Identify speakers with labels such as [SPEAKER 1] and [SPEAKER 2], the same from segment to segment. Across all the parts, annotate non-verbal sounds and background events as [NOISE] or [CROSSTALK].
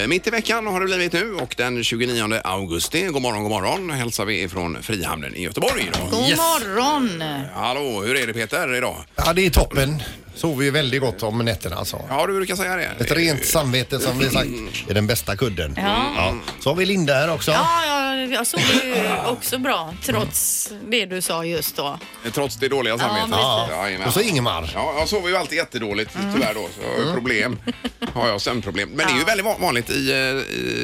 [SPEAKER 1] Eh, Mitt i veckan har det blivit nu och den 29 augusti, god morgon, god morgon, hälsar vi ifrån Frihamnen i Göteborg. Idag.
[SPEAKER 2] God
[SPEAKER 3] Yes.
[SPEAKER 2] morgon!
[SPEAKER 1] Hallå, hur är det Peter idag?
[SPEAKER 3] Ja, det är toppen. Sover ju väldigt gott om nätterna alltså.
[SPEAKER 1] Ja, du brukar säga det.
[SPEAKER 3] Ett rent samvete som vi sagt är den bästa kudden. Ja. Så har vi Linda här också.
[SPEAKER 2] Ja, jag, jag såg det ju också bra trots det du sa just då.
[SPEAKER 1] Eh, Trots det dåliga samvetet.
[SPEAKER 2] Ja, precis.
[SPEAKER 1] jajamän.
[SPEAKER 3] Och så Mm. Ingemar.
[SPEAKER 1] Ja, jag sover ju alltid jättedåligt
[SPEAKER 2] Mm.
[SPEAKER 1] tyvärr då, så jag har ju problem. Har jag sömnproblem. Men det är ju väldigt va- vanligt i, eh,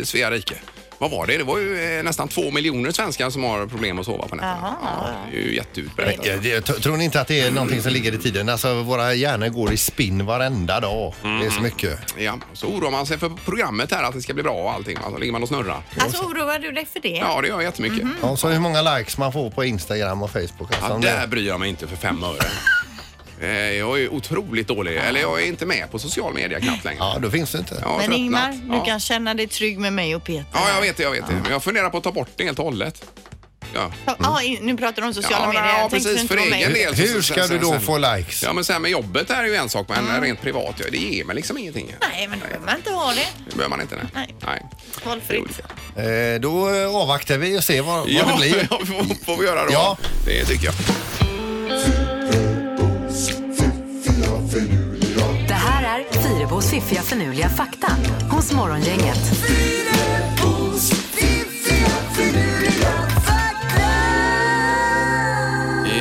[SPEAKER 1] i Svea rike. Vad var det? Det var ju eh, nästan två miljoner svenskar som har problem att sova på nätterna.
[SPEAKER 2] Jaha.
[SPEAKER 1] Ja, det är ju jätteutbrett.
[SPEAKER 3] Ja, Eh, det- t- Tror ni inte att det är någonting som ligger i tiden? Alltså våra hjärnor går i spinn varenda dag. Det
[SPEAKER 1] Mm.
[SPEAKER 3] är så mycket.
[SPEAKER 1] Ja, så oroar man sig för programmet här, att det ska bli bra och allting. Alltså ligger man och snurrar.
[SPEAKER 2] Alltså oroar du dig för det?
[SPEAKER 1] Ja, det gör jag jättemycket.
[SPEAKER 2] Mhm.
[SPEAKER 3] Ja, så hur många likes man får på Instagram och Facebook. Alltså,
[SPEAKER 1] Ja,
[SPEAKER 3] om
[SPEAKER 1] där
[SPEAKER 3] det-
[SPEAKER 1] bryr jag mig inte för fem öre. [LAUGHS] Eh, Jag är otroligt dålig, eller jag är inte med på social media knappt längre.
[SPEAKER 3] ja då finns det inte.
[SPEAKER 1] Jag har
[SPEAKER 2] Men
[SPEAKER 1] tröttnat.
[SPEAKER 2] Ingmar,
[SPEAKER 1] Ja.
[SPEAKER 2] du kan känna dig trygg med mig och Peter.
[SPEAKER 1] Ja, jag vet det, jag vet det. Men jag funderar på att ta bort det helt och hållet. Ja.
[SPEAKER 2] Ja, ah, i- nu pratar du om sociala
[SPEAKER 1] Mm. Ja,
[SPEAKER 2] medier.
[SPEAKER 1] ja,
[SPEAKER 2] Jag tänkte
[SPEAKER 1] precis,
[SPEAKER 2] inte
[SPEAKER 1] för
[SPEAKER 2] på
[SPEAKER 1] egen
[SPEAKER 2] mig.
[SPEAKER 1] del. Helt
[SPEAKER 3] Hur
[SPEAKER 1] och
[SPEAKER 3] ska
[SPEAKER 1] sen-
[SPEAKER 3] du då
[SPEAKER 1] sen-
[SPEAKER 3] få likes?
[SPEAKER 1] Ja, men så här med jobbet är ju en sak, men rent privat, ja, det ger mig liksom ingenting.
[SPEAKER 2] Nej, men då behöver man inte ha det.
[SPEAKER 1] Det behöver man inte. Nej.
[SPEAKER 2] Nej. Valfritt.
[SPEAKER 3] Eh, då eh, avvaktar vi och ser vad, vad
[SPEAKER 1] Ja,
[SPEAKER 3] det blir.
[SPEAKER 1] [LAUGHS] ja, får, får vi göra då.
[SPEAKER 3] Ja.
[SPEAKER 1] Det tycker jag.
[SPEAKER 4] Det här är Fyrabos fiffiga förnuliga fakta hos Morgongänget.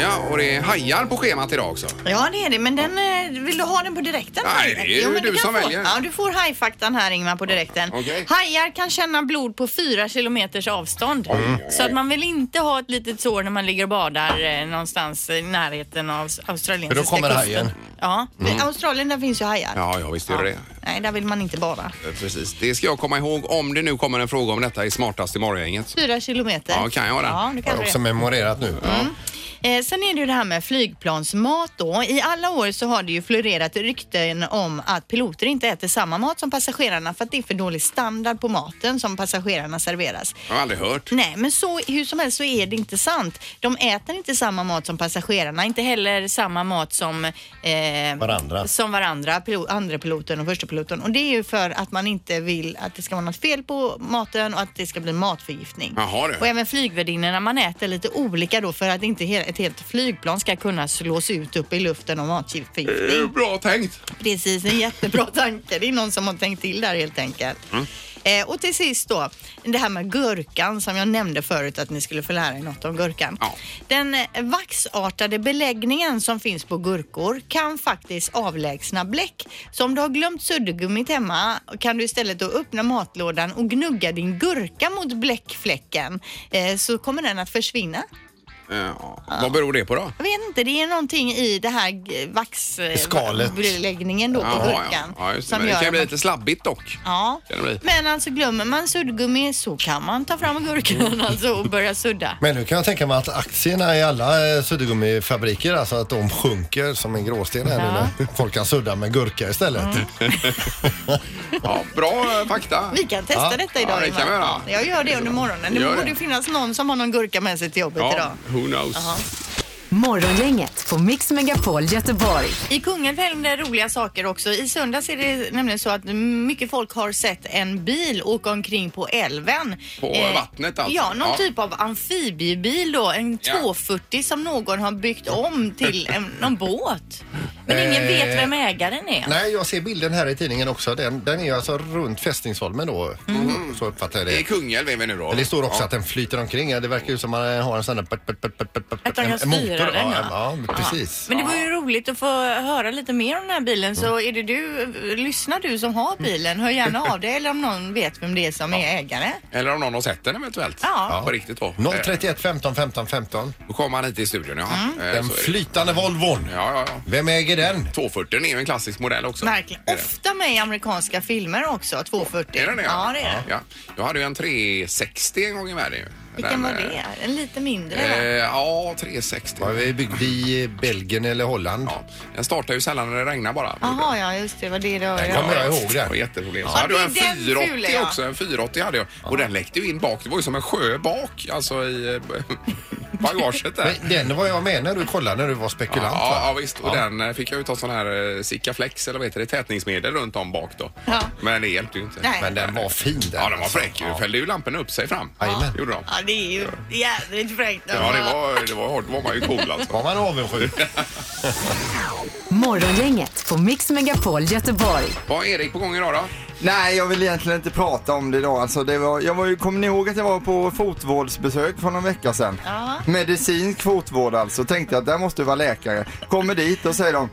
[SPEAKER 1] Ja, och det är hajar på schemat idag också.
[SPEAKER 2] Ja, det är det. Men den, eh, vill du ha den på direkten?
[SPEAKER 1] Nej, det är ju
[SPEAKER 2] Jo, men
[SPEAKER 1] du
[SPEAKER 2] kan
[SPEAKER 1] som
[SPEAKER 2] få.
[SPEAKER 1] väljer.
[SPEAKER 2] Ja, du får hajfaktan här Ingmar på direkten.
[SPEAKER 1] Okej.
[SPEAKER 2] Hajar kan känna blod på fyra kilometers avstånd. Så att man vill inte ha ett litet sår när man ligger och badar eh, någonstans i närheten av s- australiensiska
[SPEAKER 3] För då kommer
[SPEAKER 2] kusten.
[SPEAKER 3] hajen.
[SPEAKER 2] Ja, i Australien där finns ju hajar.
[SPEAKER 1] Mm. Ja, ja, visst gör det det.
[SPEAKER 2] Nej, där vill man inte bada.
[SPEAKER 1] Eh, Precis. Det ska jag komma ihåg om det nu kommer en fråga om detta i smartast i morgongänget.
[SPEAKER 2] Fyra kilometer.
[SPEAKER 1] Ja, kan jag det?
[SPEAKER 2] Ja, du
[SPEAKER 3] Har
[SPEAKER 2] kan
[SPEAKER 3] jag
[SPEAKER 2] det.
[SPEAKER 3] också memorerat nu.
[SPEAKER 2] Eh, sen är det ju det här med flygplansmat då. I alla år så har det ju florerat rykten om att piloter inte äter samma mat som passagerarna för att det är för dålig standard på maten som passagerarna serveras.
[SPEAKER 1] Jag har aldrig hört.
[SPEAKER 2] Nej, men så, hur som helst så är det inte sant. De äter inte samma mat som passagerarna, inte heller samma mat som, eh,
[SPEAKER 3] Varandra.
[SPEAKER 2] som varandra, pilo- andra piloten och första piloten. Och det är ju för att man inte vill att det ska vara något fel på maten och att det ska bli matförgiftning.
[SPEAKER 1] Jaha, du.
[SPEAKER 2] Och även flygvärdinnorna, man äter lite olika då för att inte he- ett helt flygplan ska kunna slås ut upp i luften av matförgiftning.
[SPEAKER 1] Eh, Bra tänkt.
[SPEAKER 2] Precis, en jättebra [LAUGHS] tanke. Det är någon som har tänkt till där helt enkelt. Eh, och till sist då, det här med gurkan som jag nämnde förut att ni skulle få lära er något om gurkan.
[SPEAKER 1] Ja.
[SPEAKER 2] Den eh, vaxartade beläggningen som finns på gurkor kan faktiskt avlägsna bläck. Så om du har glömt suddgummit hemma kan du istället då öppna matlådan och gnugga din gurka mot bläckfläcken eh, så kommer den att försvinna.
[SPEAKER 1] Ja. Vad beror det på då?
[SPEAKER 2] Jag vet inte, det är någonting i det här g- vax... eh,
[SPEAKER 3] Skalet.
[SPEAKER 2] beläggningen då på
[SPEAKER 1] ja.
[SPEAKER 2] gurkan.
[SPEAKER 1] ja just det. Men det kan
[SPEAKER 2] att
[SPEAKER 1] bli
[SPEAKER 2] man-
[SPEAKER 1] lite slabbigt dock.
[SPEAKER 2] Ja,
[SPEAKER 1] Kan det bli.
[SPEAKER 2] men alltså glömmer man suddgummi så kan man ta fram
[SPEAKER 1] Mm.
[SPEAKER 2] gurkan alltså och börja sudda.
[SPEAKER 3] Men nu kan jag tänka mig att aktierna i alla eh, suddgummifabriker, alltså att de sjunker som en gråsten här nu när folk kan sudda med gurka istället.
[SPEAKER 2] Mm.
[SPEAKER 1] Ja, bra eh, fakta.
[SPEAKER 2] Vi kan testa
[SPEAKER 3] Ja.
[SPEAKER 2] detta
[SPEAKER 1] Ja,
[SPEAKER 2] idag
[SPEAKER 1] det
[SPEAKER 2] Ingmar.
[SPEAKER 1] kan vi göra.
[SPEAKER 2] Ja, Jag gör det under morgonen. Det
[SPEAKER 1] Gör
[SPEAKER 2] borde
[SPEAKER 1] det.
[SPEAKER 2] finnas någon som har någon gurka med sig till jobbet idag.
[SPEAKER 1] Ja, who knows.
[SPEAKER 4] Morgongänget på Mix Megapol Göteborg.
[SPEAKER 2] I Kungälv händer roliga saker också. I söndags är det nämligen så att mycket folk har sett en bil åka omkring på älven. Eh,
[SPEAKER 1] På vattnet alltså.
[SPEAKER 2] Ja, någon
[SPEAKER 1] Ja.
[SPEAKER 2] typ av amfibiebil då. En
[SPEAKER 1] Ja.
[SPEAKER 2] 240 som någon har byggt om till en, någon båt. Men ingen
[SPEAKER 3] Eh,
[SPEAKER 2] vet vem ägaren är.
[SPEAKER 3] Nej, jag ser bilden här i tidningen också. Den, den är ju alltså runt Fästningsholmen då.
[SPEAKER 2] Mm.
[SPEAKER 3] Så uppfattar jag
[SPEAKER 1] Det är
[SPEAKER 3] det.
[SPEAKER 1] Kungälv är vi nu då.
[SPEAKER 3] Men det står också
[SPEAKER 1] Ja.
[SPEAKER 3] att den flyter omkring. Ja, Det verkar ju som att man har en sån där... put, put, put, put, put, put,
[SPEAKER 2] Att de
[SPEAKER 3] en-
[SPEAKER 2] kan
[SPEAKER 3] en motor.
[SPEAKER 2] styra den
[SPEAKER 3] ja. Ja, precis. Mm.
[SPEAKER 2] Men det var ju roligt att få höra lite mer om den här bilen så är det du, eh, lyssnar du som har bilen, hör gärna av dig eller om någon vet vem det är som är ägare.
[SPEAKER 1] Eller om någon har sett den eventuellt.
[SPEAKER 2] Ja.
[SPEAKER 1] På riktigt då. Eh,
[SPEAKER 3] 031 15 15 15.
[SPEAKER 1] Då kommer han hit i studion, ja.
[SPEAKER 2] Mm.
[SPEAKER 1] Eh,
[SPEAKER 3] Den
[SPEAKER 1] så är det.
[SPEAKER 3] flytande Volvon.
[SPEAKER 1] Ja, ja, ja.
[SPEAKER 3] Vem äger den?
[SPEAKER 1] 240 är ju en klassisk modell också.
[SPEAKER 2] Verkligen.
[SPEAKER 1] Är det?
[SPEAKER 2] Ofta med i amerikanska filmer också, 240.
[SPEAKER 1] Är den det?
[SPEAKER 2] Ja, det är det.
[SPEAKER 1] Ja. Jag hade ju en 360 en gång i världen. ju.
[SPEAKER 2] Vilken
[SPEAKER 1] Den,
[SPEAKER 2] var
[SPEAKER 1] eh,
[SPEAKER 2] det? En lite mindre
[SPEAKER 1] Eh,
[SPEAKER 2] va?
[SPEAKER 1] ja, 360.
[SPEAKER 3] Ja, vi är byggd i Belgien eller Holland.
[SPEAKER 1] Ja, den startar ju sällan när det regnar bara.
[SPEAKER 2] Jaha, ja just det, var det det var.
[SPEAKER 3] Den kommer
[SPEAKER 2] Ja.
[SPEAKER 3] jag ihåg
[SPEAKER 1] Det
[SPEAKER 3] den.
[SPEAKER 1] var jätteproblem. Så
[SPEAKER 2] Ja,
[SPEAKER 1] hade jag en
[SPEAKER 2] det är den
[SPEAKER 1] 480
[SPEAKER 2] fula, ja.
[SPEAKER 1] också. En 480 hade jag. Och den läckte ju in bak. Det var ju som en sjö bak. Alltså i... eh, [LAUGHS] bagaget där.
[SPEAKER 3] Men den var jag med när du kollade när du var spekulant
[SPEAKER 1] Ja, ja
[SPEAKER 3] va?
[SPEAKER 1] visst. Och den eh, fick jag ju ta sån här eh, Sikaflex eller vad heter det, tätningsmedel runt om bak då.
[SPEAKER 2] Ja.
[SPEAKER 1] Men det hjälpte ju inte.
[SPEAKER 2] Nej.
[SPEAKER 3] Men den var fin den. alltså.
[SPEAKER 1] Ja, den var fräck ju.
[SPEAKER 3] Ja.
[SPEAKER 1] Fällde ju lamporna upp sig fram.
[SPEAKER 3] Jajamän.
[SPEAKER 1] Gjorde de.
[SPEAKER 2] Ja, det är ju jävligt fräckt. alltså.
[SPEAKER 1] Ja, det var, det var hårt. Då var man ju cool alltså.
[SPEAKER 3] [LAUGHS] Var
[SPEAKER 1] [LAUGHS]
[SPEAKER 3] man avundsjuk?
[SPEAKER 4] Morgongänget på Mix Megapol Göteborg.
[SPEAKER 1] Vad är Erik på gång idag då?
[SPEAKER 5] Nej, jag vill egentligen inte prata om det idag. Alltså, det var, jag var ju, kommer ni ihåg att jag var på fotvårdsbesök för någon vecka sedan?
[SPEAKER 2] Ja.
[SPEAKER 5] Medicinsk fotvård alltså. Tänkte jag att där måste det vara läkare. Kommer dit och säger de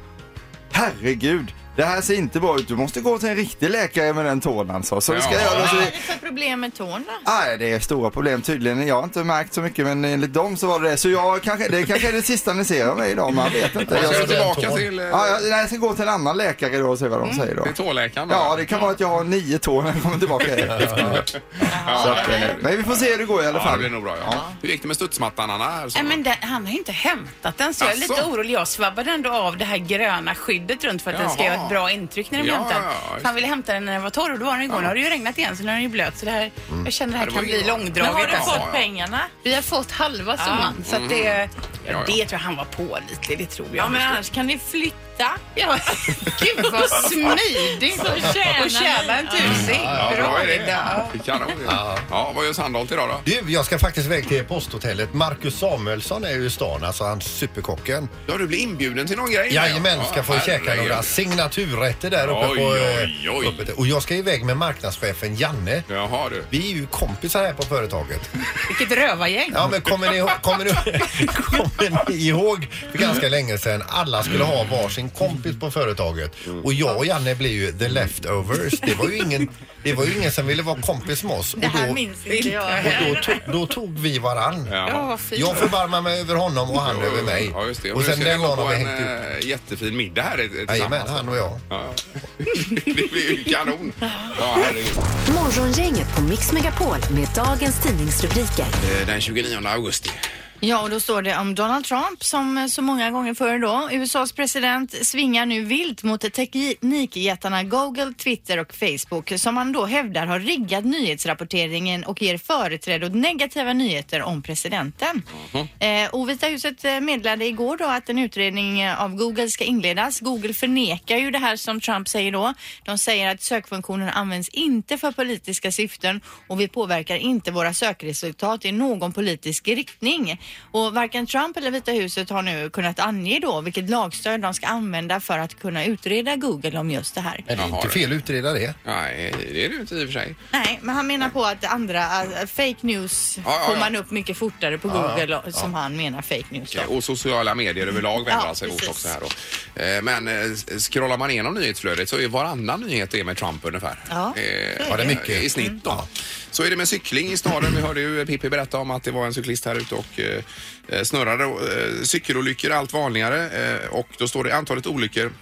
[SPEAKER 5] Herregud, det här ser inte bra ut. Du måste gå till en riktig läkare med den tån alltså. Så vi ska
[SPEAKER 1] Ja.
[SPEAKER 5] göra så
[SPEAKER 2] Vad är det för problem med tån då?
[SPEAKER 5] Nej, det är stora problem tydligen. Jag har inte märkt så mycket, men enligt dem så var det det. Så jag kanske, det kanske är det sista ni ser av mig idag, man vet inte.
[SPEAKER 1] Jag
[SPEAKER 5] Jag
[SPEAKER 1] ska
[SPEAKER 5] ska,
[SPEAKER 1] du tillbaka till, eh,
[SPEAKER 5] ja, jag, nej, jag ska gå till en annan läkare då och se vad de säger då.
[SPEAKER 1] till tåläkaren? då?
[SPEAKER 5] Ja, det kan vara att jag har nio tår när jag kommer tillbaka hit. Så
[SPEAKER 1] Ja,
[SPEAKER 5] att, eh, men vi får se hur det går i alla
[SPEAKER 1] ja, det
[SPEAKER 5] fall.
[SPEAKER 1] blir nog bra. Ja. Hur gick det med studsmattan, Anna? Här, så?
[SPEAKER 6] Nej, men den, han har ju inte hämtat den så jag är lite
[SPEAKER 1] Asså?
[SPEAKER 6] orolig. Jag svabbade ändå av det här gröna skyddet runt för att den ska
[SPEAKER 1] Jaha.
[SPEAKER 6] göra ett bra intryck när de
[SPEAKER 1] Ja,
[SPEAKER 6] hämtar den.
[SPEAKER 1] ja, ja, just
[SPEAKER 6] För han ville hämta den när den var torr och då var den igår. Nu har det ju regnat igen så nu är den ju blöt så det här, jag känner det här
[SPEAKER 1] Mm. Ja, det
[SPEAKER 6] kan
[SPEAKER 1] var
[SPEAKER 6] bli
[SPEAKER 1] ju-
[SPEAKER 6] långdraget.
[SPEAKER 2] Men har du
[SPEAKER 6] alltså.
[SPEAKER 1] ja, ja.
[SPEAKER 2] fått pengarna?
[SPEAKER 6] Vi har fått halva summan så att det, ja,
[SPEAKER 1] Mm. ja.
[SPEAKER 6] det tror jag han var pålitlig, det tror jag.
[SPEAKER 2] Ja, men annars kan ni flytta.
[SPEAKER 6] Ja, [LAUGHS] gud [LAUGHS] vad smidigt!
[SPEAKER 2] tjänar
[SPEAKER 6] Och tjäna en
[SPEAKER 2] ni.
[SPEAKER 6] tusing.
[SPEAKER 1] Ja,
[SPEAKER 6] Bra
[SPEAKER 1] bra är det.
[SPEAKER 6] Linda.
[SPEAKER 1] Ja, Kanon. Ja, vad gör Sandholt idag då?
[SPEAKER 3] Du, jag ska faktiskt iväg till posthotellet. Marcus Samuelsson är ju i stan, alltså han superkocken.
[SPEAKER 1] Ja, du blir inbjuden till någon grej.
[SPEAKER 3] Jajamän, ska
[SPEAKER 1] Ja,
[SPEAKER 3] få käka
[SPEAKER 1] herregud.
[SPEAKER 3] några signaturrätter där uppe
[SPEAKER 1] Oj,
[SPEAKER 3] på... eh,
[SPEAKER 1] oj, oj.
[SPEAKER 3] Uppe, till- och jag ska iväg med marknadschefen Janne.
[SPEAKER 1] Jaha du.
[SPEAKER 3] Vi är ju kompisar här på företaget.
[SPEAKER 6] Vilket rövargäng.
[SPEAKER 3] Ja, men kommer ni, ihå- kommer, ni, kommer ni ihåg för ganska länge sedan alla skulle ha varsin kompis på företaget och jag och Janne blev ju the leftovers. Det var ju ingen, det var ju ingen som ville vara kompis med oss. Och
[SPEAKER 2] Det här
[SPEAKER 3] då,
[SPEAKER 2] minns inte jag
[SPEAKER 3] och då, tog, då tog vi varann.
[SPEAKER 6] Ja,
[SPEAKER 1] Jaha.
[SPEAKER 6] vad fint.
[SPEAKER 3] Jag förbarmar mig över honom och han över mig.
[SPEAKER 1] Ja, just det.
[SPEAKER 3] Och sen den dagen
[SPEAKER 1] på
[SPEAKER 3] har vi
[SPEAKER 1] en
[SPEAKER 3] hängt ut.
[SPEAKER 1] eh, jättefin middag här eh, tillsammans. [LAUGHS]
[SPEAKER 3] Jajamän, han och jag.
[SPEAKER 1] Ja. det blir ju kanon. Ja, herregud.
[SPEAKER 4] Morgongänget på Mix Megapol med dagens tidningsrubriker.
[SPEAKER 1] Eh, Den 29 augusti.
[SPEAKER 2] Ja, och då står det om Donald Trump som eh, så många gånger förr då. USAs president svingar nu vilt mot teknikjättarna Google, Twitter och Facebook som han då hävdar har riggat nyhetsrapporteringen och ger företräde åt negativa nyheter om presidenten. Eh, och Vita huset eh, meddelade igår då att en utredning eh, av Google ska inledas. Google förnekar ju det här som Trump säger då. De säger att sökfunktionen används inte för politiska syften och vi påverkar inte våra sökresultat i någon politisk riktning. Och varken Trump eller Vita huset har nu kunnat ange då vilket lagstöd de ska använda för att kunna utreda Google om just det här.
[SPEAKER 3] Men det är
[SPEAKER 1] Jaha,
[SPEAKER 3] inte fel att utreda det.
[SPEAKER 1] Nej, det är det ju inte i och för sig.
[SPEAKER 2] Nej, men han menar på att det andra, äh, fake news
[SPEAKER 1] Ja, ja,
[SPEAKER 2] får
[SPEAKER 1] ja.
[SPEAKER 2] man upp mycket fortare på Google och- som han menar fake news då.
[SPEAKER 1] Och sociala medier överlag vänder
[SPEAKER 2] Ja,
[SPEAKER 1] han sig mot
[SPEAKER 2] precis.
[SPEAKER 1] också här då. Eh, Men eh, s- scrollar man igenom nyhetsflödet så är varannan nyhet är med Trump ungefär.
[SPEAKER 2] Ja, Mm.
[SPEAKER 1] Eh,
[SPEAKER 3] Ja, det är mycket.
[SPEAKER 1] I snitt då. Så är det med cykling i staden. Vi hörde ju Pippi berätta om att det var en cyklist här ute och eh, eh, snurrade. Och, eh, Cykelolyckor är allt vanligare eh, och då står det antalet olyckor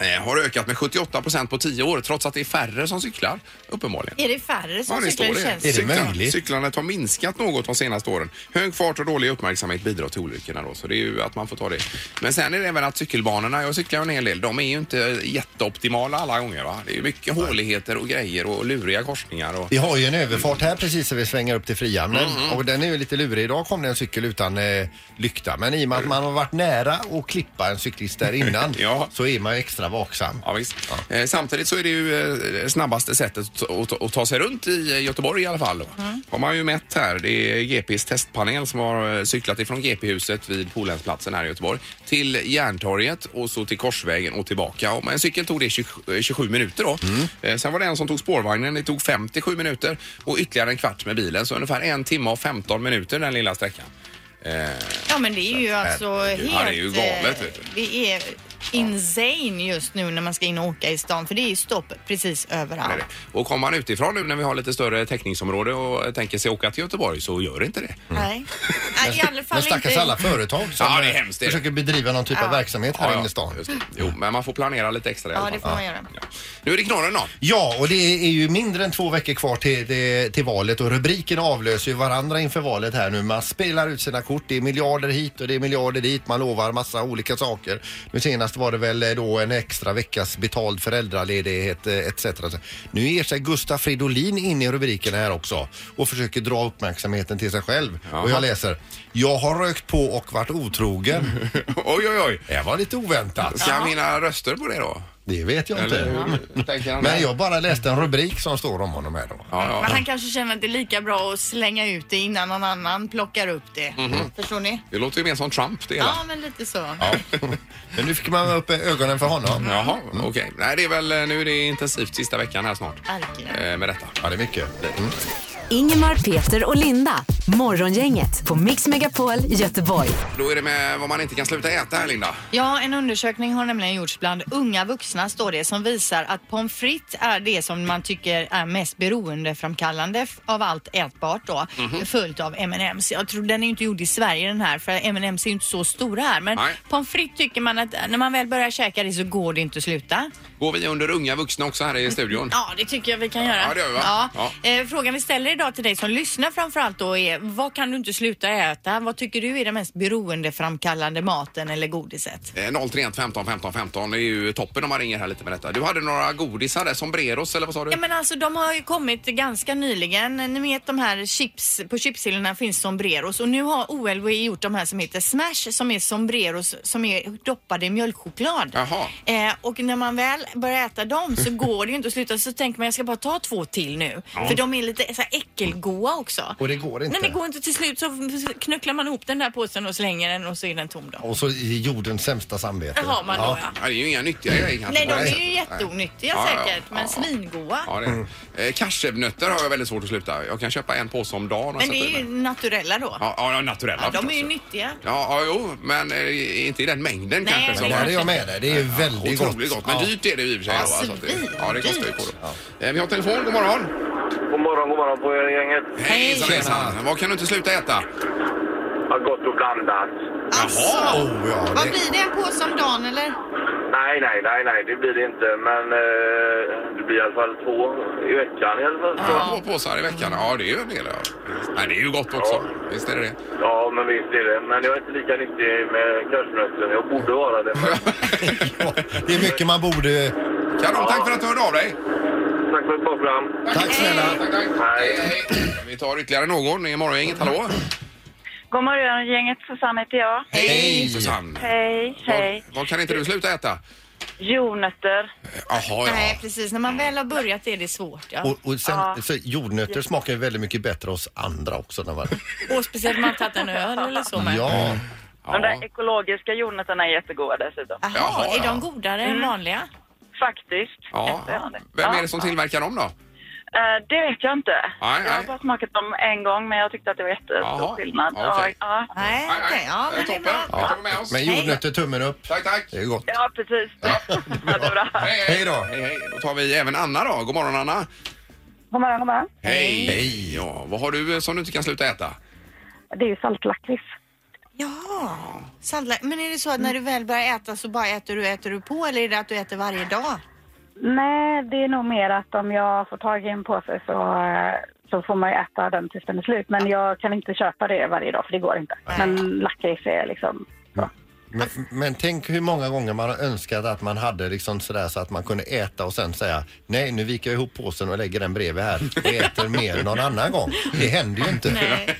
[SPEAKER 1] eh, har ökat med 78 procent på 10 år trots att det är färre som cyklar uppenbarligen.
[SPEAKER 2] Är det färre som
[SPEAKER 1] Ja, det
[SPEAKER 2] cyklar
[SPEAKER 1] står
[SPEAKER 2] i
[SPEAKER 1] det.
[SPEAKER 2] tjänsten?
[SPEAKER 3] Är det möjligt?
[SPEAKER 1] Cyklandet har minskat något de senaste åren. Hög fart och dålig uppmärksamhet bidrar till olyckorna då, så det är ju att man får ta det. Men sen är det även att cykelbanorna, jag cyklar ju en hel del, de är ju inte jätteoptimala alla gånger va. Det är ju mycket håligheter och grejer och luriga korsningar och...
[SPEAKER 3] Vi har ju en överfart här precis när vi svänger upp till Frihamnen
[SPEAKER 1] Mm,
[SPEAKER 3] och den är ju lite lurig. Idag kom det en cykel utan eh, lykta men i och med att man har varit nära att klippa en cyklist där innan
[SPEAKER 1] [LAUGHS] Ja.
[SPEAKER 3] så är man ju extra vaksam.
[SPEAKER 1] Ja, visst. Eh, samtidigt så är det ju eh, snabbaste sättet att, att, att ta sig runt i eh, Göteborg i alla fall. Då. har man ju mätt här. Det är GPs testpanel som har eh, cyklat ifrån GP-huset vid Polhemsplatsen här i Göteborg till Järntorget och så till Korsvägen och tillbaka. Och med en cykel tog det 20, eh, 27 minuter då. Eh, sen var det en som tog spårvagnen. Det tog 57 minuter och ytterligare en kvart med bilen. Så ungefär en timme och 15 minuter den lilla sträckan.
[SPEAKER 2] Ja men det är ju alltså
[SPEAKER 1] herregud.
[SPEAKER 2] helt...
[SPEAKER 1] Ja, det är ju galet,
[SPEAKER 2] eh,
[SPEAKER 1] vet du.
[SPEAKER 2] Det är insane just nu när man ska in och åka i stan för det är ju stopp precis
[SPEAKER 1] är
[SPEAKER 2] överallt.
[SPEAKER 1] det. Och kommer man utifrån nu när vi har lite större täckningsområde och tänker sig åka till Göteborg så gör inte det. Mm.
[SPEAKER 2] Nej. Nej, i alla fall
[SPEAKER 3] Men stackars
[SPEAKER 2] inte...
[SPEAKER 3] alla företag som
[SPEAKER 1] Ja, det är
[SPEAKER 3] eh,
[SPEAKER 1] hemskt, det är det.
[SPEAKER 3] försöker bedriva någon typ av verksamhet här
[SPEAKER 1] Ja,
[SPEAKER 3] inne
[SPEAKER 1] ja,
[SPEAKER 3] i stan.
[SPEAKER 1] just det. Jo, men man får planera lite extra i alla
[SPEAKER 2] Ja
[SPEAKER 1] fall.
[SPEAKER 2] det får man göra.
[SPEAKER 1] Ja. Nu är det knorren
[SPEAKER 3] [LAUGHS]
[SPEAKER 1] då.
[SPEAKER 3] Ja, och det är ju mindre än två veckor kvar till, det- till valet och rubrikerna avlöser ju varandra inför valet här nu. Man spelar ut sina kort, det är miljarder hit och det är miljarder dit, man lovar massa olika saker. Nu senast Senast var det väl eh, då en extra veckas betald föräldraledighet eh, etc. Nu ger sig Gustaf Fridolin in i rubriken här också och försöker dra uppmärksamheten till sig själv. Och jag läser. Jag har rökt på och varit otrogen.
[SPEAKER 1] [LAUGHS] Oj, oj, oj.
[SPEAKER 3] Det var lite oväntat.
[SPEAKER 1] Ska han vinna röster på det då?
[SPEAKER 3] Det vet jag inte.
[SPEAKER 1] Eller
[SPEAKER 3] [LAUGHS]
[SPEAKER 1] hur tänker han? där?
[SPEAKER 3] Men jag bara läste en rubrik som står om honom här då.
[SPEAKER 1] Ja,
[SPEAKER 2] Men
[SPEAKER 1] ja.
[SPEAKER 2] han kanske känner att det är lika bra att slänga ut det innan någon annan plockar upp det.
[SPEAKER 1] Mhm.
[SPEAKER 2] Förstår ni?
[SPEAKER 1] Det låter ju mer som Trump det hela.
[SPEAKER 2] Ja, men lite så.
[SPEAKER 3] Men nu fick man upp ögonen för honom.
[SPEAKER 1] Jaha, okej. Nej, det är väl eh, nu är det intensivt sista veckan här snart.
[SPEAKER 2] Verkligen.
[SPEAKER 1] eh, Med detta.
[SPEAKER 3] Ja, det är mycket. Mm.
[SPEAKER 4] Ingemar, Peter och Linda. Morgongänget på Mix Megapol Göteborg.
[SPEAKER 1] Då är det med vad man inte kan sluta äta här, Linda.
[SPEAKER 2] Ja, en undersökning har nämligen gjorts bland unga vuxna står det som visar att pommes frites är det som man tycker är mest beroendeframkallande f- av allt ätbart då.
[SPEAKER 1] Mhm.
[SPEAKER 2] Följt av M&M's. Jag tror den är ju inte gjord i Sverige den här för M&M's är ju inte så stora här. Men
[SPEAKER 1] Nej.
[SPEAKER 2] pommes frites tycker man att när man väl börjar käka det så går det inte att sluta.
[SPEAKER 1] Går vi under unga vuxna också här i
[SPEAKER 2] Mm.
[SPEAKER 1] studion?
[SPEAKER 2] Ja, det tycker jag vi kan göra.
[SPEAKER 1] Ja, det gör vi, va?
[SPEAKER 2] Ja. Eh, Frågan vi ställer idag till dig som lyssnar framförallt då är vad kan du inte sluta äta? Vad tycker du är den mest beroendeframkallande maten eller godiset?
[SPEAKER 1] Eh, 031 15 15 15. Det är ju toppen om man ringer här lite med detta. Du hade några godisar där, sombreros eller vad sa du?
[SPEAKER 2] Ja men alltså de har ju kommit ganska nyligen. Ni vet de här chips, på chipshyllorna finns sombreros och nu har OLW gjort de här som heter Smash som är sombreros som är doppade i mjölkchoklad.
[SPEAKER 1] Jaha.
[SPEAKER 2] Eh, och när man väl börjar äta dem så går det ju inte att sluta så tänker man jag ska bara ta två till nu. För de är lite så här äckelgoa också.
[SPEAKER 3] Och det går inte.
[SPEAKER 2] Nej, det går inte. Till slut så knucklar man ihop den där påsen och slänger den och så är den tom då.
[SPEAKER 3] Och så i jordens sämsta samvete.
[SPEAKER 2] Det har man då ja.
[SPEAKER 1] Ja, det är ju inga nyttiga grejer kanske.
[SPEAKER 2] Nej, de är ju jätteonyttiga
[SPEAKER 1] Ja, ja,
[SPEAKER 2] säkert,
[SPEAKER 1] ja.
[SPEAKER 2] men svingoa.
[SPEAKER 1] Ja, det
[SPEAKER 3] Mm.
[SPEAKER 1] är. det. Eh, Cashewnötter har jag väldigt svårt att sluta. Jag kan köpa en påse om dagen. och
[SPEAKER 2] Men det
[SPEAKER 1] sätta i
[SPEAKER 2] är ju
[SPEAKER 1] mig.
[SPEAKER 2] naturella då.
[SPEAKER 1] Ja, ja, naturella
[SPEAKER 2] Ja, de är ju
[SPEAKER 1] förstås.
[SPEAKER 2] nyttiga.
[SPEAKER 1] Ja, ja, jo, men eh, inte i den mängden
[SPEAKER 2] Nej,
[SPEAKER 1] kanske.
[SPEAKER 2] det
[SPEAKER 1] som-
[SPEAKER 3] Där är jag med dig. Det är ju väldigt gott.
[SPEAKER 1] Otroligt gott. Men dyrt är det ju i och för sig.
[SPEAKER 2] Ja,
[SPEAKER 1] då, alltså, att det,
[SPEAKER 2] svindyrt.
[SPEAKER 1] ja, det kostar ju på då. Eh, Vi har telefon. God morgon.
[SPEAKER 7] God morgon, god morgon på er gänget.
[SPEAKER 1] Hej, hejsan, hejsan. Vad kan du inte sluta äta?
[SPEAKER 7] Ja, gott och blandat.
[SPEAKER 2] Alltså,
[SPEAKER 3] Oh, ja,
[SPEAKER 2] vad
[SPEAKER 3] det-
[SPEAKER 2] blir det? En påse om dagen eller?
[SPEAKER 7] Nej, nej, nej, nej, det blir det inte. Men eh, det blir i alla fall två i veckan i alla fall.
[SPEAKER 1] Två påsar i veckan. Ja, det är ju en del. Ja. Nej, det är ju gott också. Visst är det
[SPEAKER 3] [LAUGHS]
[SPEAKER 1] det.
[SPEAKER 7] Ja, men visst är det. Men jag är inte lika nyttig med cashewnötterna. Jag borde vara det. Men
[SPEAKER 3] Ja, Det är mycket man borde...
[SPEAKER 1] Kanon, tack för att du hörde av dig.
[SPEAKER 7] tack för ett bra program.
[SPEAKER 3] Tack snälla.
[SPEAKER 1] Tack, tack.
[SPEAKER 7] Hej.
[SPEAKER 1] Hej, hej. Vi tar ytterligare någon i morgongänget. Hallå?
[SPEAKER 8] God morgon gänget, Susanne heter jag.
[SPEAKER 1] Hej! Susanne.
[SPEAKER 8] Hej, hej.
[SPEAKER 1] Vad, vad kan inte du sluta äta?
[SPEAKER 8] Jordnötter.
[SPEAKER 1] Jaha, ja.
[SPEAKER 2] Nej, precis. När man väl har börjat är det svårt. Ja.
[SPEAKER 3] Och, och sen, så jordnötter smakar ju väldigt mycket bättre hos andra också. När man,
[SPEAKER 2] Och speciellt om man har tagit en öl eller så med.
[SPEAKER 3] ja,
[SPEAKER 8] De där
[SPEAKER 1] ja.
[SPEAKER 8] ekologiska jordnötterna är jättegoda dessutom.
[SPEAKER 2] Jaha,
[SPEAKER 1] Jaha,
[SPEAKER 2] är
[SPEAKER 1] ja.
[SPEAKER 2] de godare
[SPEAKER 8] Mm.
[SPEAKER 2] än vanliga?
[SPEAKER 8] Faktiskt.
[SPEAKER 1] ja.
[SPEAKER 8] Jättegärna.
[SPEAKER 1] Vem är
[SPEAKER 8] Ja.
[SPEAKER 1] det som tillverkar dem då?
[SPEAKER 8] Eh, det vet jag inte.
[SPEAKER 1] Nej,
[SPEAKER 8] jag har
[SPEAKER 1] nej.
[SPEAKER 8] bara smakat dem en gång men jag tyckte att det var jättestor
[SPEAKER 1] Jaha.
[SPEAKER 8] skillnad.
[SPEAKER 1] Okej.
[SPEAKER 8] Ja, ja.
[SPEAKER 2] Nej,
[SPEAKER 1] Nej,
[SPEAKER 2] okej.
[SPEAKER 1] nej.
[SPEAKER 2] Ja,
[SPEAKER 1] Eh,
[SPEAKER 2] men det är
[SPEAKER 1] Toppen.
[SPEAKER 2] bra.
[SPEAKER 1] Välkommen med oss.
[SPEAKER 3] men jordnötter, tummen upp.
[SPEAKER 1] Tack, tack.
[SPEAKER 3] Det är gott.
[SPEAKER 8] ja precis. Ja. det är bra.
[SPEAKER 3] Hej då.
[SPEAKER 1] Hej, hej. Då tar vi även Anna då. God morgon Anna.
[SPEAKER 8] [LAUGHS] God morgon, god morgon.
[SPEAKER 1] Hej. Hej. Ja, vad har du eh, som du inte kan sluta äta?
[SPEAKER 8] Det är ju saltlakrits.
[SPEAKER 2] Ja, sallad. Men är det så att när du väl börjar äta så bara äter du, äter du på eller är det att du äter varje dag?
[SPEAKER 8] Nej, det är nog mer att om jag får tag i en påse så, eh, så får man ju äta den tills den är slut. Men jag kan inte köpa det varje dag för det går inte. Men lakrits är liksom... så.
[SPEAKER 3] Men, men tänk hur många gånger man har önskat att man hade liksom sådär så att man kunde äta och sen säga nej nu viker jag ihop påsen och lägger den bredvid här och äter mer någon annan gång. Det händer ju inte.
[SPEAKER 2] Nej.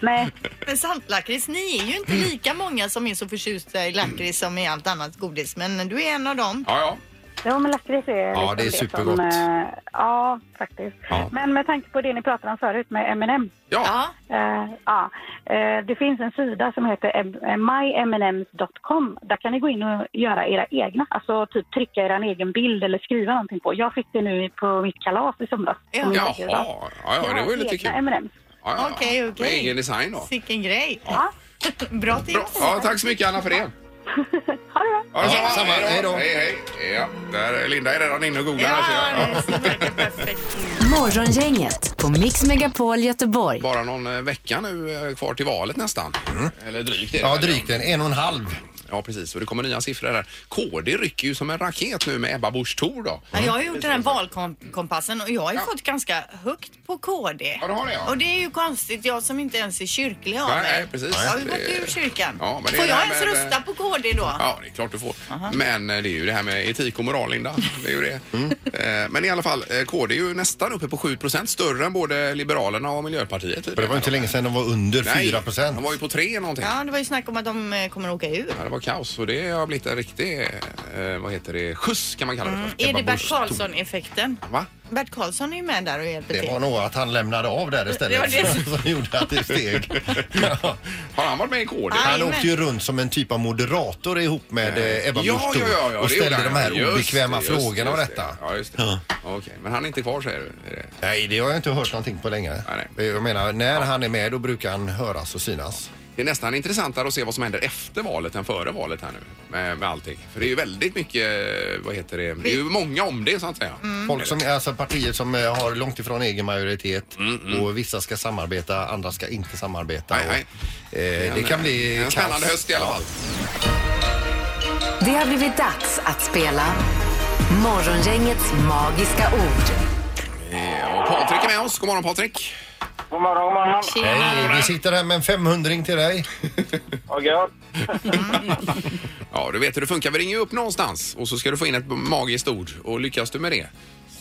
[SPEAKER 8] Nej,
[SPEAKER 2] Men saltlakrits, ni är ju inte lika många som är så förtjusta i lakrits som i allt annat godis. Men du är en av dem.
[SPEAKER 1] Ja, ja.
[SPEAKER 8] Jo, men lakrits är liksom
[SPEAKER 3] Ja, det är supergott.
[SPEAKER 8] eh, ja, faktiskt.
[SPEAKER 1] Ja.
[SPEAKER 8] Men med tanke på det ni pratade om förut med M&M.
[SPEAKER 1] Ja,
[SPEAKER 2] Ja,
[SPEAKER 8] Eh, ja, eh, det finns en sida som heter M- eh, mymnms.com. Där kan ni gå in och göra era egna. Alltså typ trycka er egen bild eller skriva någonting på. Jag fick det nu på mitt kalas i somras.
[SPEAKER 2] Ja.
[SPEAKER 8] på min
[SPEAKER 1] jaha.
[SPEAKER 8] födelsedag.
[SPEAKER 1] Ja, ja, det var ju lite
[SPEAKER 8] egna
[SPEAKER 1] kul.
[SPEAKER 8] M&M's.
[SPEAKER 1] Ja, ja.
[SPEAKER 2] Okej, okej.
[SPEAKER 1] Med egen design då.
[SPEAKER 2] sicken grej.
[SPEAKER 8] Ja.
[SPEAKER 2] [LAUGHS] Bra tips.
[SPEAKER 1] Bra. Ja, tack så mycket Anna för det.
[SPEAKER 8] Ha det bra!
[SPEAKER 1] Ja, detsamma.
[SPEAKER 3] samma. Hej då.
[SPEAKER 1] Hej, hej. Ja, där är Linda är redan inne och googlar. här, ser jag.
[SPEAKER 2] Ja, det verkar perfekt.
[SPEAKER 4] Morgongänget på Mix Megapol Göteborg.
[SPEAKER 1] Bara någon eh, vecka nu eh, kvar till valet nästan. Eller drygt är det
[SPEAKER 3] Mm. Ja
[SPEAKER 1] väl,
[SPEAKER 3] drygt en, en och en halv.
[SPEAKER 1] Ja, precis. Och det kommer nya siffror här. KD rycker ju som en raket nu med Ebba Busch Thor då.
[SPEAKER 2] Ja, jag har gjort den här valkompassen och jag har ju fått ganska högt på KD.
[SPEAKER 1] Ja, det har det, ja.
[SPEAKER 2] Och det är ju konstigt, jag som inte ens är kyrklig av
[SPEAKER 1] Nej,
[SPEAKER 2] mig.
[SPEAKER 1] nej, precis.
[SPEAKER 2] Jag har ju gått
[SPEAKER 1] Det-
[SPEAKER 2] ur kyrkan.
[SPEAKER 1] Ja, men det är
[SPEAKER 2] Får
[SPEAKER 1] det
[SPEAKER 2] jag
[SPEAKER 1] här
[SPEAKER 2] ens
[SPEAKER 1] med-
[SPEAKER 2] rösta på KD då?
[SPEAKER 1] Ja, det är klart du får. Men eh, det är ju det här med etik och moral, Linda. Det är ju det.
[SPEAKER 3] Mm.
[SPEAKER 1] Eh, Men i alla fall, eh, KD är ju nästan uppe på 7 större än både Liberalerna och Miljöpartiet.
[SPEAKER 3] Men det var ju inte länge sedan de var under 4
[SPEAKER 1] Nej, de
[SPEAKER 3] procent.
[SPEAKER 1] var ju på 3 någonting.
[SPEAKER 2] Ja, det var ju snack om att de eh, kommer att åka ur.
[SPEAKER 1] Ja, det var kaos och det har blivit en riktig, eh, vad heter det, skjuts kan man kalla det för.
[SPEAKER 2] Mm. Är
[SPEAKER 1] Ebba
[SPEAKER 2] det Bert
[SPEAKER 1] Busch Thor.
[SPEAKER 2] Karlsson-effekten?
[SPEAKER 1] Va?
[SPEAKER 2] Bert Karlsson är ju med där och hjälper
[SPEAKER 3] Det
[SPEAKER 2] till.
[SPEAKER 3] var nog att han lämnade av där istället
[SPEAKER 2] Det var det
[SPEAKER 3] [LAUGHS] som gjorde att det steg.
[SPEAKER 1] [LAUGHS]
[SPEAKER 3] Ja.
[SPEAKER 1] Har han varit med i KD?
[SPEAKER 2] Nej.
[SPEAKER 3] Han
[SPEAKER 2] Jajamän.
[SPEAKER 3] åkte ju runt som en typ av moderator ihop med eh, Ebba
[SPEAKER 1] Ja,
[SPEAKER 3] Busch
[SPEAKER 1] ja, ja, ja,
[SPEAKER 3] och
[SPEAKER 1] det
[SPEAKER 3] ställde
[SPEAKER 1] gjorde
[SPEAKER 3] de
[SPEAKER 1] han.
[SPEAKER 3] här
[SPEAKER 1] Just
[SPEAKER 3] obekväma
[SPEAKER 1] det, just
[SPEAKER 3] frågorna och
[SPEAKER 1] det, just
[SPEAKER 3] detta.
[SPEAKER 1] det. Ja, just det. Okej, men han är inte kvar säger du? Är det-
[SPEAKER 3] Nej, det har jag inte hört någonting på länge.
[SPEAKER 1] Nej, nej.
[SPEAKER 3] Jag menar, när han är med då brukar han höras och synas.
[SPEAKER 1] Det är nästan intressantare att se vad som händer efter valet än före valet här nu med, med allting. För det är ju väldigt mycket, eh, vad heter det, det är ju många om det så att säga.
[SPEAKER 2] Mm.
[SPEAKER 3] Folk som, alltså partier som eh, har långt ifrån egen majoritet och vissa ska samarbeta, andra ska inte samarbeta.
[SPEAKER 1] Mm, Nej, nej.
[SPEAKER 3] Och, eh, det kan bli
[SPEAKER 1] En spännande
[SPEAKER 3] kaos.
[SPEAKER 1] höst i alla fall.
[SPEAKER 4] Det har blivit dags att spela Morgongängets magiska ord.
[SPEAKER 1] Eh, Och Patrik är med oss. God morgon Patrik.
[SPEAKER 8] God morgon, god morgon.
[SPEAKER 3] Hej, Eh, vi sitter här med en 500 till dig.
[SPEAKER 8] Vad gött.
[SPEAKER 1] Ja, du vet hur det funkar. Vi ringer ju upp någonstans och så ska du få in ett magiskt ord och lyckas du med det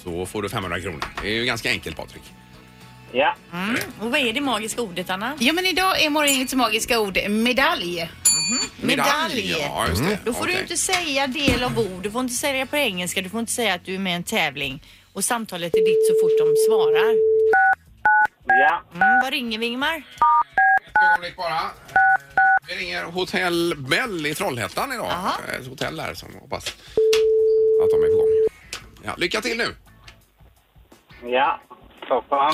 [SPEAKER 1] så får du 500 kronor. Det är ju ganska enkelt Patrik.
[SPEAKER 8] Ja.
[SPEAKER 2] Och vad är det magiska ordet, Anna?
[SPEAKER 6] Ja, men idag är morgongängets magiska ord medalj.
[SPEAKER 2] Medalj.
[SPEAKER 1] Ja, just
[SPEAKER 3] Mm.
[SPEAKER 1] det.
[SPEAKER 2] Då får du
[SPEAKER 1] Okej.
[SPEAKER 2] ju inte säga del av ord, du får inte säga det på engelska, du får inte säga att du är med i en tävling. Och samtalet är ditt så fort de svarar.
[SPEAKER 8] Ja.
[SPEAKER 2] Mm, vad ringer vi Ingmar?
[SPEAKER 1] Ett ögonblick bara. Eh, Vi ringer Hotell Bell i Trollhättan idag.
[SPEAKER 2] Aha.
[SPEAKER 1] Eh, Ett hotell där som hoppas att de är på gång. Ja, lycka till nu!
[SPEAKER 8] Ja. Toppen.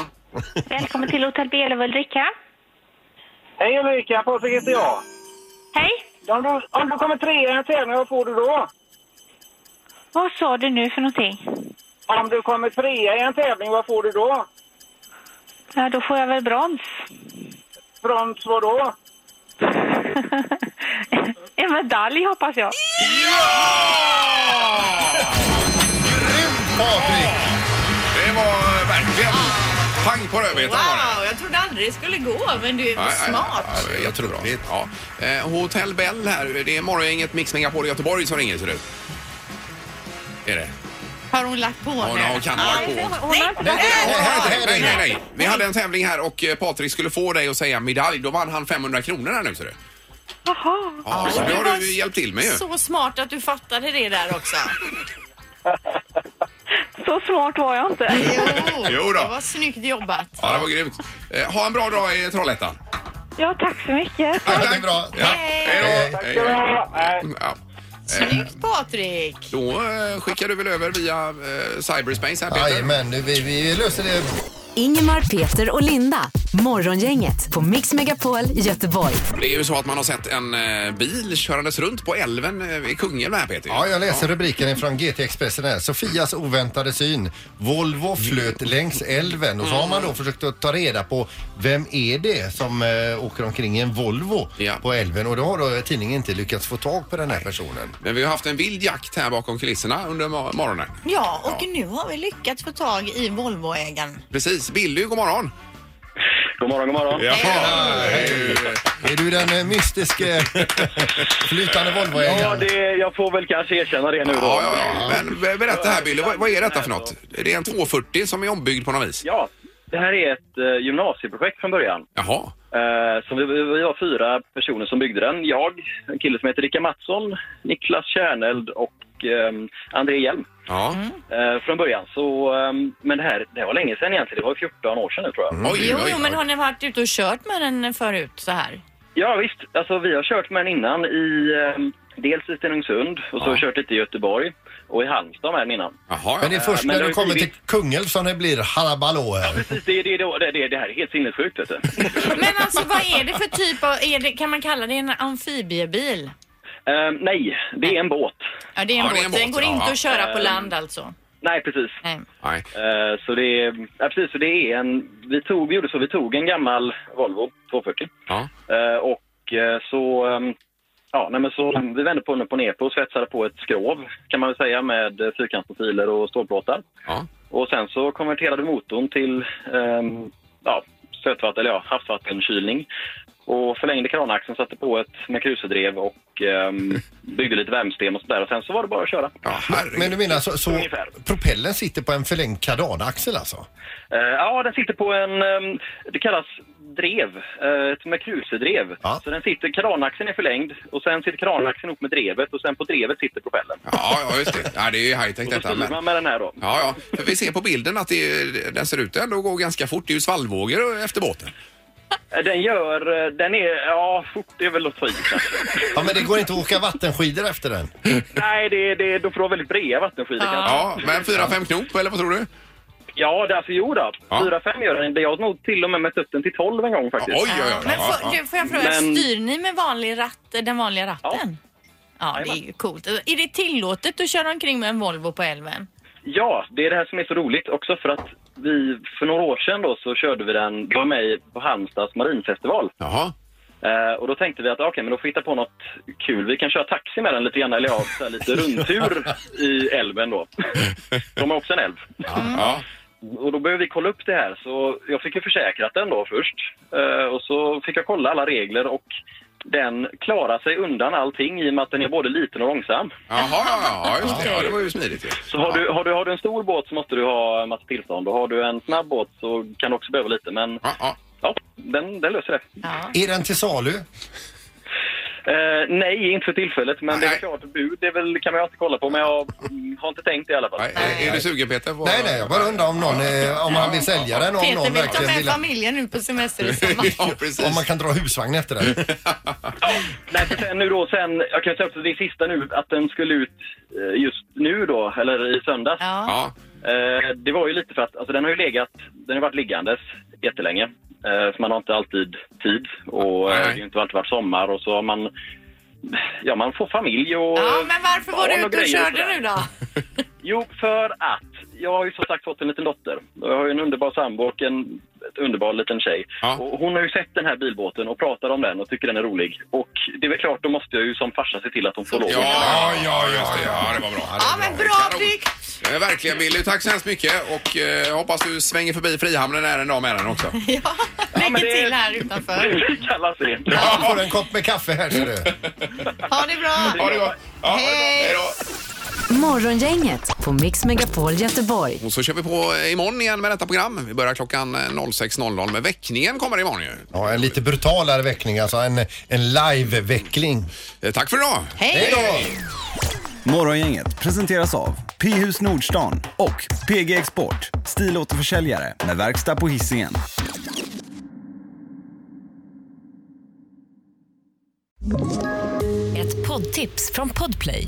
[SPEAKER 9] Välkommen till Hotell Bele och Ulrika.
[SPEAKER 8] Hej Ulrika, Patrik heter jag.
[SPEAKER 9] Hej!
[SPEAKER 8] Om du, om du kommer trea i en tävling, vad får du då?
[SPEAKER 9] Vad sa du nu för någonting?
[SPEAKER 8] Om du kommer trea i en tävling, vad får du då?
[SPEAKER 9] Ja, då får jag väl brons.
[SPEAKER 8] Brons vad då?
[SPEAKER 9] [LAUGHS] en medalj hoppas jag.
[SPEAKER 3] Grymt Patrik!
[SPEAKER 1] Det var verkligen pang på rödbetan var det.
[SPEAKER 2] Wow, jag trodde aldrig det skulle gå, men du är
[SPEAKER 1] Nej, nej,
[SPEAKER 2] smart.
[SPEAKER 1] nej, jag tror bra.
[SPEAKER 3] Otroligt.
[SPEAKER 1] Ja. Eh, Hotell Bell här, det är morgongänget Mix Megapol i Göteborg som ringer ser du. Är det?
[SPEAKER 2] Har hon lagt på
[SPEAKER 1] Ja,
[SPEAKER 2] nu?
[SPEAKER 1] hon kan ha lagt på.
[SPEAKER 3] Nej, nej,
[SPEAKER 1] Nej, nej, nej, nej. Vi hade en tävling här och eh, Patrik skulle få dig att säga medalj. Då vann han 500 kronor här nu ser du. Jaha. Ja, så det har du ju hjälpt till med ju.
[SPEAKER 2] Så smart att du fattade det där också.
[SPEAKER 9] Så smart var jag inte.
[SPEAKER 1] Jo då.
[SPEAKER 2] det var snyggt jobbat.
[SPEAKER 1] Ja, det var grymt. Eh, ha en bra dag i Trollhättan.
[SPEAKER 9] Ja, tack så mycket.
[SPEAKER 3] Ja, det är bra.
[SPEAKER 1] Ja. Hej då. Hej, hej. Mm,
[SPEAKER 8] Nej.
[SPEAKER 1] Ja. Eh.
[SPEAKER 2] Snyggt Patrik!
[SPEAKER 1] Då eh, skickar du väl över via eh, cyberspace här Peter?
[SPEAKER 3] Jajamän, nu, vi, vi löser det.
[SPEAKER 4] Ingemar, Peter och Linda. Morgongänget på Mix Megapol Göteborg.
[SPEAKER 1] Det är ju så att man har sett en eh, bil körandes runt på älven eh, i Kungälv här Peter.
[SPEAKER 3] Ja, jag läser rubriken från GT Expressen här. Sofias oväntade syn. Volvo flöt längs älven och så har man då försökt att ta reda på vem är det som eh, åker omkring i en Volvo
[SPEAKER 1] Ja.
[SPEAKER 3] på älven och då har då tidningen inte lyckats få tag på den här personen.
[SPEAKER 1] Men vi har haft en vild jakt här bakom kulisserna under ma- morgonen.
[SPEAKER 2] Ja, och nu har vi lyckats få tag i Volvoägaren.
[SPEAKER 1] Precis. Billy, god morgon.
[SPEAKER 8] God morgon, god morgon.
[SPEAKER 1] Ja.
[SPEAKER 3] Är du den eh, [LAUGHS] mystiske flytande
[SPEAKER 8] Ja,
[SPEAKER 3] Volvoägaren?
[SPEAKER 8] det, jag får väl kanske erkänna det nu då.
[SPEAKER 1] Ja, ja, ja. Men be- berätta här Billy, vad, vad är detta för något? Det är en 240 som är ombyggd på något vis?
[SPEAKER 8] Ja, det här är ett eh, gymnasieprojekt från början.
[SPEAKER 1] Jaha.
[SPEAKER 8] Eh, så vi, vi var fyra personer som byggde den. Jag, en kille som heter Rickard Mattsson, Niklas Kärneld och eh, André Hjelm.
[SPEAKER 1] Ja.
[SPEAKER 2] Mm.
[SPEAKER 8] Eh, från början. Så, eh, men det här, det här var länge sedan egentligen. Det var 14 år sedan nu tror jag.
[SPEAKER 1] Oj,
[SPEAKER 2] Jo,
[SPEAKER 1] oj,
[SPEAKER 2] jo,
[SPEAKER 1] oj.
[SPEAKER 2] men har ni varit ute och kört med den förut så här?
[SPEAKER 8] Ja visst, alltså, vi har kört med den innan i eh, dels i Stenungsund och så har vi kört lite i Göteborg och i Halmstad med den innan.
[SPEAKER 1] Jaha, ja.
[SPEAKER 3] Men det är först
[SPEAKER 8] Ja, men
[SPEAKER 3] när du
[SPEAKER 8] det har
[SPEAKER 3] kommer
[SPEAKER 8] ju
[SPEAKER 3] till
[SPEAKER 8] blivit-
[SPEAKER 3] Kungälv som det blir halabaloo här.
[SPEAKER 8] Precis, det, det, det, det, det här är helt sinnessjukt vet du.
[SPEAKER 2] Men alltså vad är det för typ av, är det, kan man kalla det en amfibiebil?
[SPEAKER 8] Eh, nej, det är en båt.
[SPEAKER 2] Ja, det är en, båt. Den går
[SPEAKER 1] ja. Eh.
[SPEAKER 2] inte att köra på land alltså.
[SPEAKER 8] Nej precis.
[SPEAKER 2] Nej.
[SPEAKER 1] Nej.
[SPEAKER 8] Eh, så det är, ja, precis, så det är en, vi tog, vi gjorde så, vi tog en gammal Volvo 240
[SPEAKER 1] Ja.
[SPEAKER 8] eh, och eh, så eh, Ja, nej men så, vi vände på den upp och ner på och svetsade på ett skrov kan man väl säga med eh, fyrkantsprofiler och stålplåtar.
[SPEAKER 1] Ja.
[SPEAKER 8] Och sen så konverterade vi motorn till ehm, ja, sötvatten, eller ja, havsvattenkylning. Och förlängde kranaxeln, satte på ett med kruserdrev och ehm, byggde lite värmsystem och sådär. Och sen så var det bara att köra.
[SPEAKER 1] Ja, herregud.
[SPEAKER 3] Men du menar så, så
[SPEAKER 8] Ungefär.
[SPEAKER 3] propellen sitter på en förlängd kardanaxel alltså?
[SPEAKER 8] Eh, ja, den sitter på en, ehm, det kallas drev, eh, ett merkuserdrev.
[SPEAKER 3] Ja.
[SPEAKER 8] Så den sitter, kranaxeln är förlängd och sen sitter kranaxeln ihop med drevet och sen på drevet sitter propellen.
[SPEAKER 1] Ja, ja, just det. Ja, det är ju high-tech
[SPEAKER 8] Och då
[SPEAKER 1] detta.
[SPEAKER 8] styr
[SPEAKER 1] Men...
[SPEAKER 8] man med den här då.
[SPEAKER 1] Ja, ja. För vi ser på bilden att det, den ser ut att ändå gå ganska fort. Det är ju svallvågor efter båten.
[SPEAKER 8] Eh, Den gör, eh, den är, ja, fort är väl att ta i
[SPEAKER 1] [LAUGHS]
[SPEAKER 8] kanske.
[SPEAKER 3] Ja men det går inte att åka vattenskidor efter den.
[SPEAKER 8] Nej, det, det, de får vara väldigt breda vattenskidor kanske.
[SPEAKER 1] Ja, men fyra, fem knop, eller vad tror du?
[SPEAKER 8] Ja, det är alltså jo då.
[SPEAKER 1] Ja.
[SPEAKER 8] 4-5 gör den. Jag har nog till och med mätt upp den till 12 en gång
[SPEAKER 1] Ja,
[SPEAKER 8] faktiskt.
[SPEAKER 1] Oj, oj, oj.
[SPEAKER 2] Men
[SPEAKER 1] Ja,
[SPEAKER 2] får,
[SPEAKER 1] ja.
[SPEAKER 2] du, får jag fråga,
[SPEAKER 8] Men-
[SPEAKER 2] styr ni med vanlig ratt, den vanliga ratten? Ja. det är ju coolt. Är det tillåtet att köra omkring med en Volvo på älven?
[SPEAKER 8] Ja, det är det här som är så roligt också för att vi, för några år sedan då så körde vi den, jag var med på Halmstads marinfestival.
[SPEAKER 1] Jaha.
[SPEAKER 8] Eh, och då tänkte vi att okej, men då får vi hitta på något kul. Vi kan köra taxi med den lite grann, eller ja, så här lite rundtur i älven då. De har också en älv.
[SPEAKER 1] Ja.
[SPEAKER 8] Och då började vi kolla upp det här, så jag fick ju försäkrat den då först. Eh, och så fick jag kolla alla regler och den klarar sig undan allting i och med att den är både liten och långsam.
[SPEAKER 1] Jaha, ja, ja, just det. Ja, det var ju smidigt ju.
[SPEAKER 8] Så har, du, har, du, har du en stor båt så måste du ha en massa tillstånd och har du en snabb båt så kan du också behöva lite. Men
[SPEAKER 1] Ja, ja.
[SPEAKER 8] ja, den, den löser det.
[SPEAKER 2] Ja.
[SPEAKER 3] Är den till salu?
[SPEAKER 8] Eh, nej, inte för tillfället, men det
[SPEAKER 1] Nej.
[SPEAKER 8] är klart bud det är väl, kan man ju alltid kolla på, men jag mm, har inte tänkt det i alla fall.
[SPEAKER 1] Nej, är- Är du sugen Peter? på-
[SPEAKER 3] Nej nej, jag bara undrar om någon, eh, om han vill sälja den och om
[SPEAKER 2] Peter
[SPEAKER 3] någon
[SPEAKER 2] vill ta
[SPEAKER 3] verkligen
[SPEAKER 2] med
[SPEAKER 3] vill...
[SPEAKER 2] familjen nu på semester
[SPEAKER 1] [LAUGHS]
[SPEAKER 2] i sommar.
[SPEAKER 1] Ja, precis.
[SPEAKER 3] Om man kan dra husvagn
[SPEAKER 2] [LAUGHS]
[SPEAKER 3] efter den.
[SPEAKER 8] Nej, för sen nu då, sen, jag kan ju säga också det sista nu, att den skulle ut eh, just nu då, eller i söndags.
[SPEAKER 2] Ja.
[SPEAKER 1] Ja,
[SPEAKER 8] Eh, det var ju lite för att, alltså den har ju legat, den har varit liggandes jättelänge. Eh, för man har inte alltid tid och eh,
[SPEAKER 1] Nej.
[SPEAKER 8] det har ju inte alltid varit sommar och så har man, ja man får familj och...
[SPEAKER 2] ja, men varför var
[SPEAKER 8] barn
[SPEAKER 2] du ute och
[SPEAKER 8] grejer
[SPEAKER 2] körde
[SPEAKER 8] sådär.
[SPEAKER 2] nu då?
[SPEAKER 8] Jo, för att jag har ju som sagt fått en liten dotter. Jag har ju en underbar sambo och en ett underbar liten tjej.
[SPEAKER 1] Ja.
[SPEAKER 8] Och hon har ju sett den här bilbåten och pratar om den och tycker den är rolig. Och det är väl klart, då måste jag ju som farsa se till att hon får lov.
[SPEAKER 1] ja, ja, just det. Ja, det var bra.
[SPEAKER 2] Ja, men bra
[SPEAKER 1] Kanon.
[SPEAKER 2] Dick!
[SPEAKER 1] Eh, Verkligen Billy, tack så hemskt mycket och eh, jag hoppas du svänger förbi Frihamnen här en dag med den också.
[SPEAKER 2] [LAUGHS] Ja,
[SPEAKER 8] men
[SPEAKER 2] lycka
[SPEAKER 8] det-
[SPEAKER 2] till här utanför.
[SPEAKER 8] [LAUGHS] Det kallas det.
[SPEAKER 3] Han får en kopp med kaffe här ser du.
[SPEAKER 2] Ha det bra!
[SPEAKER 1] Ha det gott! Ja, ha det bra.
[SPEAKER 2] Hej.
[SPEAKER 1] Hej då!
[SPEAKER 4] Morgongänget på Mix Megapol Göteborg.
[SPEAKER 1] Och så kör vi på eh, imorgon igen med detta program. Vi börjar klockan eh, 06.00 men väckningen kommer imorgon ju.
[SPEAKER 3] Ja, en lite brutalare väckning alltså. En, en live-veckling.
[SPEAKER 1] Eh, Tack för idag!
[SPEAKER 2] Hej!
[SPEAKER 10] Morgongänget presenteras av P-hus Nordstan och PG Export, stilåterförsäljare med verkstad på Hisingen.
[SPEAKER 11] Ett poddtips från Podplay.